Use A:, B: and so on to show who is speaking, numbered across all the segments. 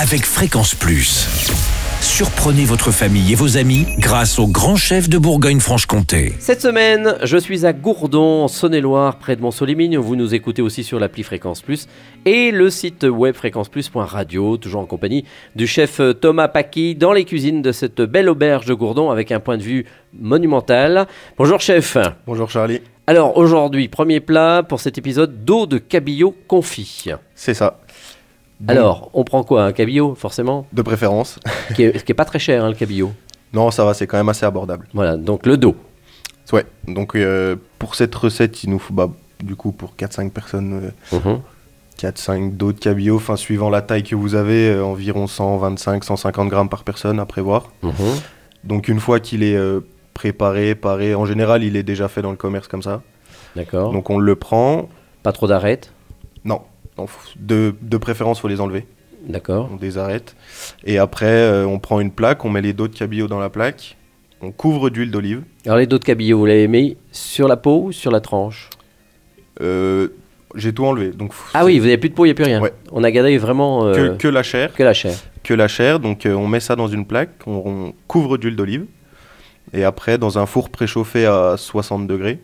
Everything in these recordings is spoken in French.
A: avec Fréquence Plus. Surprenez votre famille et vos amis grâce au grand chef de Bourgogne-Franche-Comté.
B: Cette semaine, je suis à Gourdon, en Saône-et-Loire, près de Mont-Solémine. Vous nous écoutez aussi sur l'appli Fréquence Plus et le site web fréquenceplus.radio, toujours en compagnie du chef Thomas Paqui dans les cuisines de cette belle auberge de Gourdon avec un point de vue monumental. Bonjour chef.
C: Bonjour Charlie.
B: Alors aujourd'hui, premier plat pour cet épisode d'eau de cabillaud confit.
C: C'est ça. Bon,
B: Alors, on prend quoi Un cabillaud, forcément
C: De préférence.
B: qui est, ce qui est pas très cher, hein, le cabillaud.
C: Non, ça va, c'est quand même assez abordable.
B: Voilà, donc le dos.
C: Ouais, donc euh, pour cette recette, il nous faut, bah, du coup, pour 4-5 personnes, euh,
B: Mhm.
C: 4-5 dos de cabillaud, enfin, suivant la taille que vous avez, euh, environ 125-150 grammes par personne à prévoir.
B: Mhm.
C: Donc une fois qu'il est euh, préparé, paré, en général, il est déjà fait dans le commerce comme ça.
B: D'accord.
C: Donc on le prend.
B: Pas trop d'arêtes.
C: Non, non, faut- de, de préférence, faut les enlever.
B: D'accord.
C: on les arrête. Et après, euh, on prend une plaque, on met les dos de cabillaud dans la plaque, on couvre d'huile d'olive.
B: Alors les dos de cabillaud, vous l'avez mis sur la peau ou sur la tranche
C: Euh, J'ai tout enlevé, donc f-
B: Ah oui, vous n'avez plus de peau, il n'y a plus rien.
C: Ouais.
B: On a gardé vraiment euh,
C: que,
B: que,
C: que la chair,
B: la chair.
C: que la chair. Donc euh, on met ça dans une plaque, on, on couvre d'huile d'olive, et après dans un four préchauffé à 60 degrés,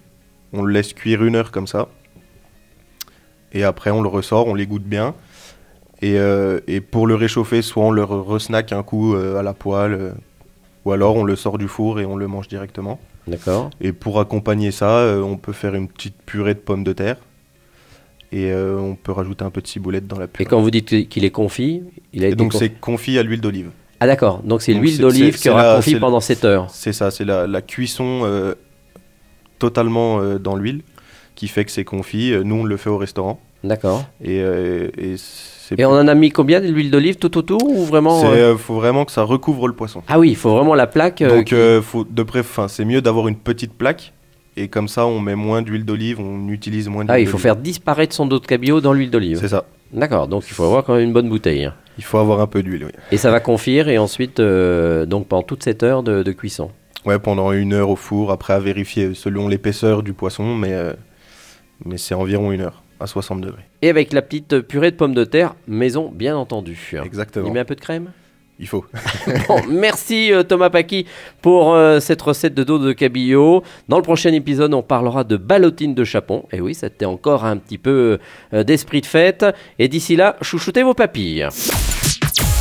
C: on le laisse cuire une heure comme ça. Et après on le ressort, on l'égoutte bien. Et, euh, et pour le réchauffer, soit on le re- resnack un coup euh, à la poêle, euh, ou alors on le sort du four et on le mange directement.
B: D'accord.
C: Et pour accompagner ça, euh, on peut faire une petite purée de pommes de terre. Et euh, on peut rajouter un peu de ciboulette dans la
B: Et
C: purée.
B: quand vous dites qu'il est confit, il a
C: Et
B: été
C: donc
B: confi-
C: c'est confit à l'huile d'olive.
B: Ah d'accord, donc c'est
C: Donc
B: l'huile
C: c'est-
B: d'olive
C: c'est-
B: qui
C: c'est
B: aura
C: la-
B: confit
C: c'est-
B: pendant 7 heures.
C: C'est ça, c'est la, la cuisson euh, totalement euh, dans l'huile qui fait que c'est confit. Euh, Nous, on le fait au restaurant.
B: D'accord.
C: Et, euh, et c'est...
B: Et on en a mis combien de l'huile d'olive tout autour ou vraiment
C: c'est,
B: euh,
C: euh, faut vraiment que ça recouvre le poisson.
B: Ah oui, il faut vraiment la plaque. euh,
C: donc
B: qui-
C: euh, faut de pré... enfin, c'est mieux d'avoir une petite plaque. Et comme ça, on met moins d'huile d'olive, on utilise moins d'huile
B: Ah, il faut
C: d'olive.
B: faire disparaître son dos de cabillaud dans l'huile d'olive.
C: C'est ça.
B: D'accord, donc il faut avoir quand même une bonne bouteille.
C: Il faut avoir un peu d'huile, oui.
B: Et ça va confire et ensuite, euh, donc pendant toute cette heure de, de cuisson.
C: Ouais, pendant une heure au four, après à vérifier selon l'épaisseur du poisson, mais, euh, mais c'est environ une heure, à 60 degrés.
B: Et avec la petite purée de pommes de terre, maison bien entendu. Il
C: Exactement.
B: met un peu de crème
C: Il faut.
B: Bon, merci euh, Thomas Paqui pour euh, cette recette de dos de cabillaud. Dans le prochain épisode, on parlera de ballotine de chapon. Et oui, c'était encore un petit peu euh, d'esprit de fête. Et d'ici là, chouchoutez vos papilles.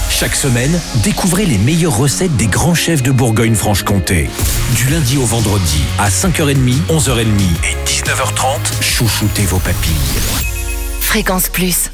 A: Chaque semaine, découvrez les meilleures recettes des grands chefs de Bourgogne-Franche-Comté. Du lundi au vendredi, à 5h30, 11h30 et 19h30, chouchoutez vos papilles.
D: Fréquence Plus.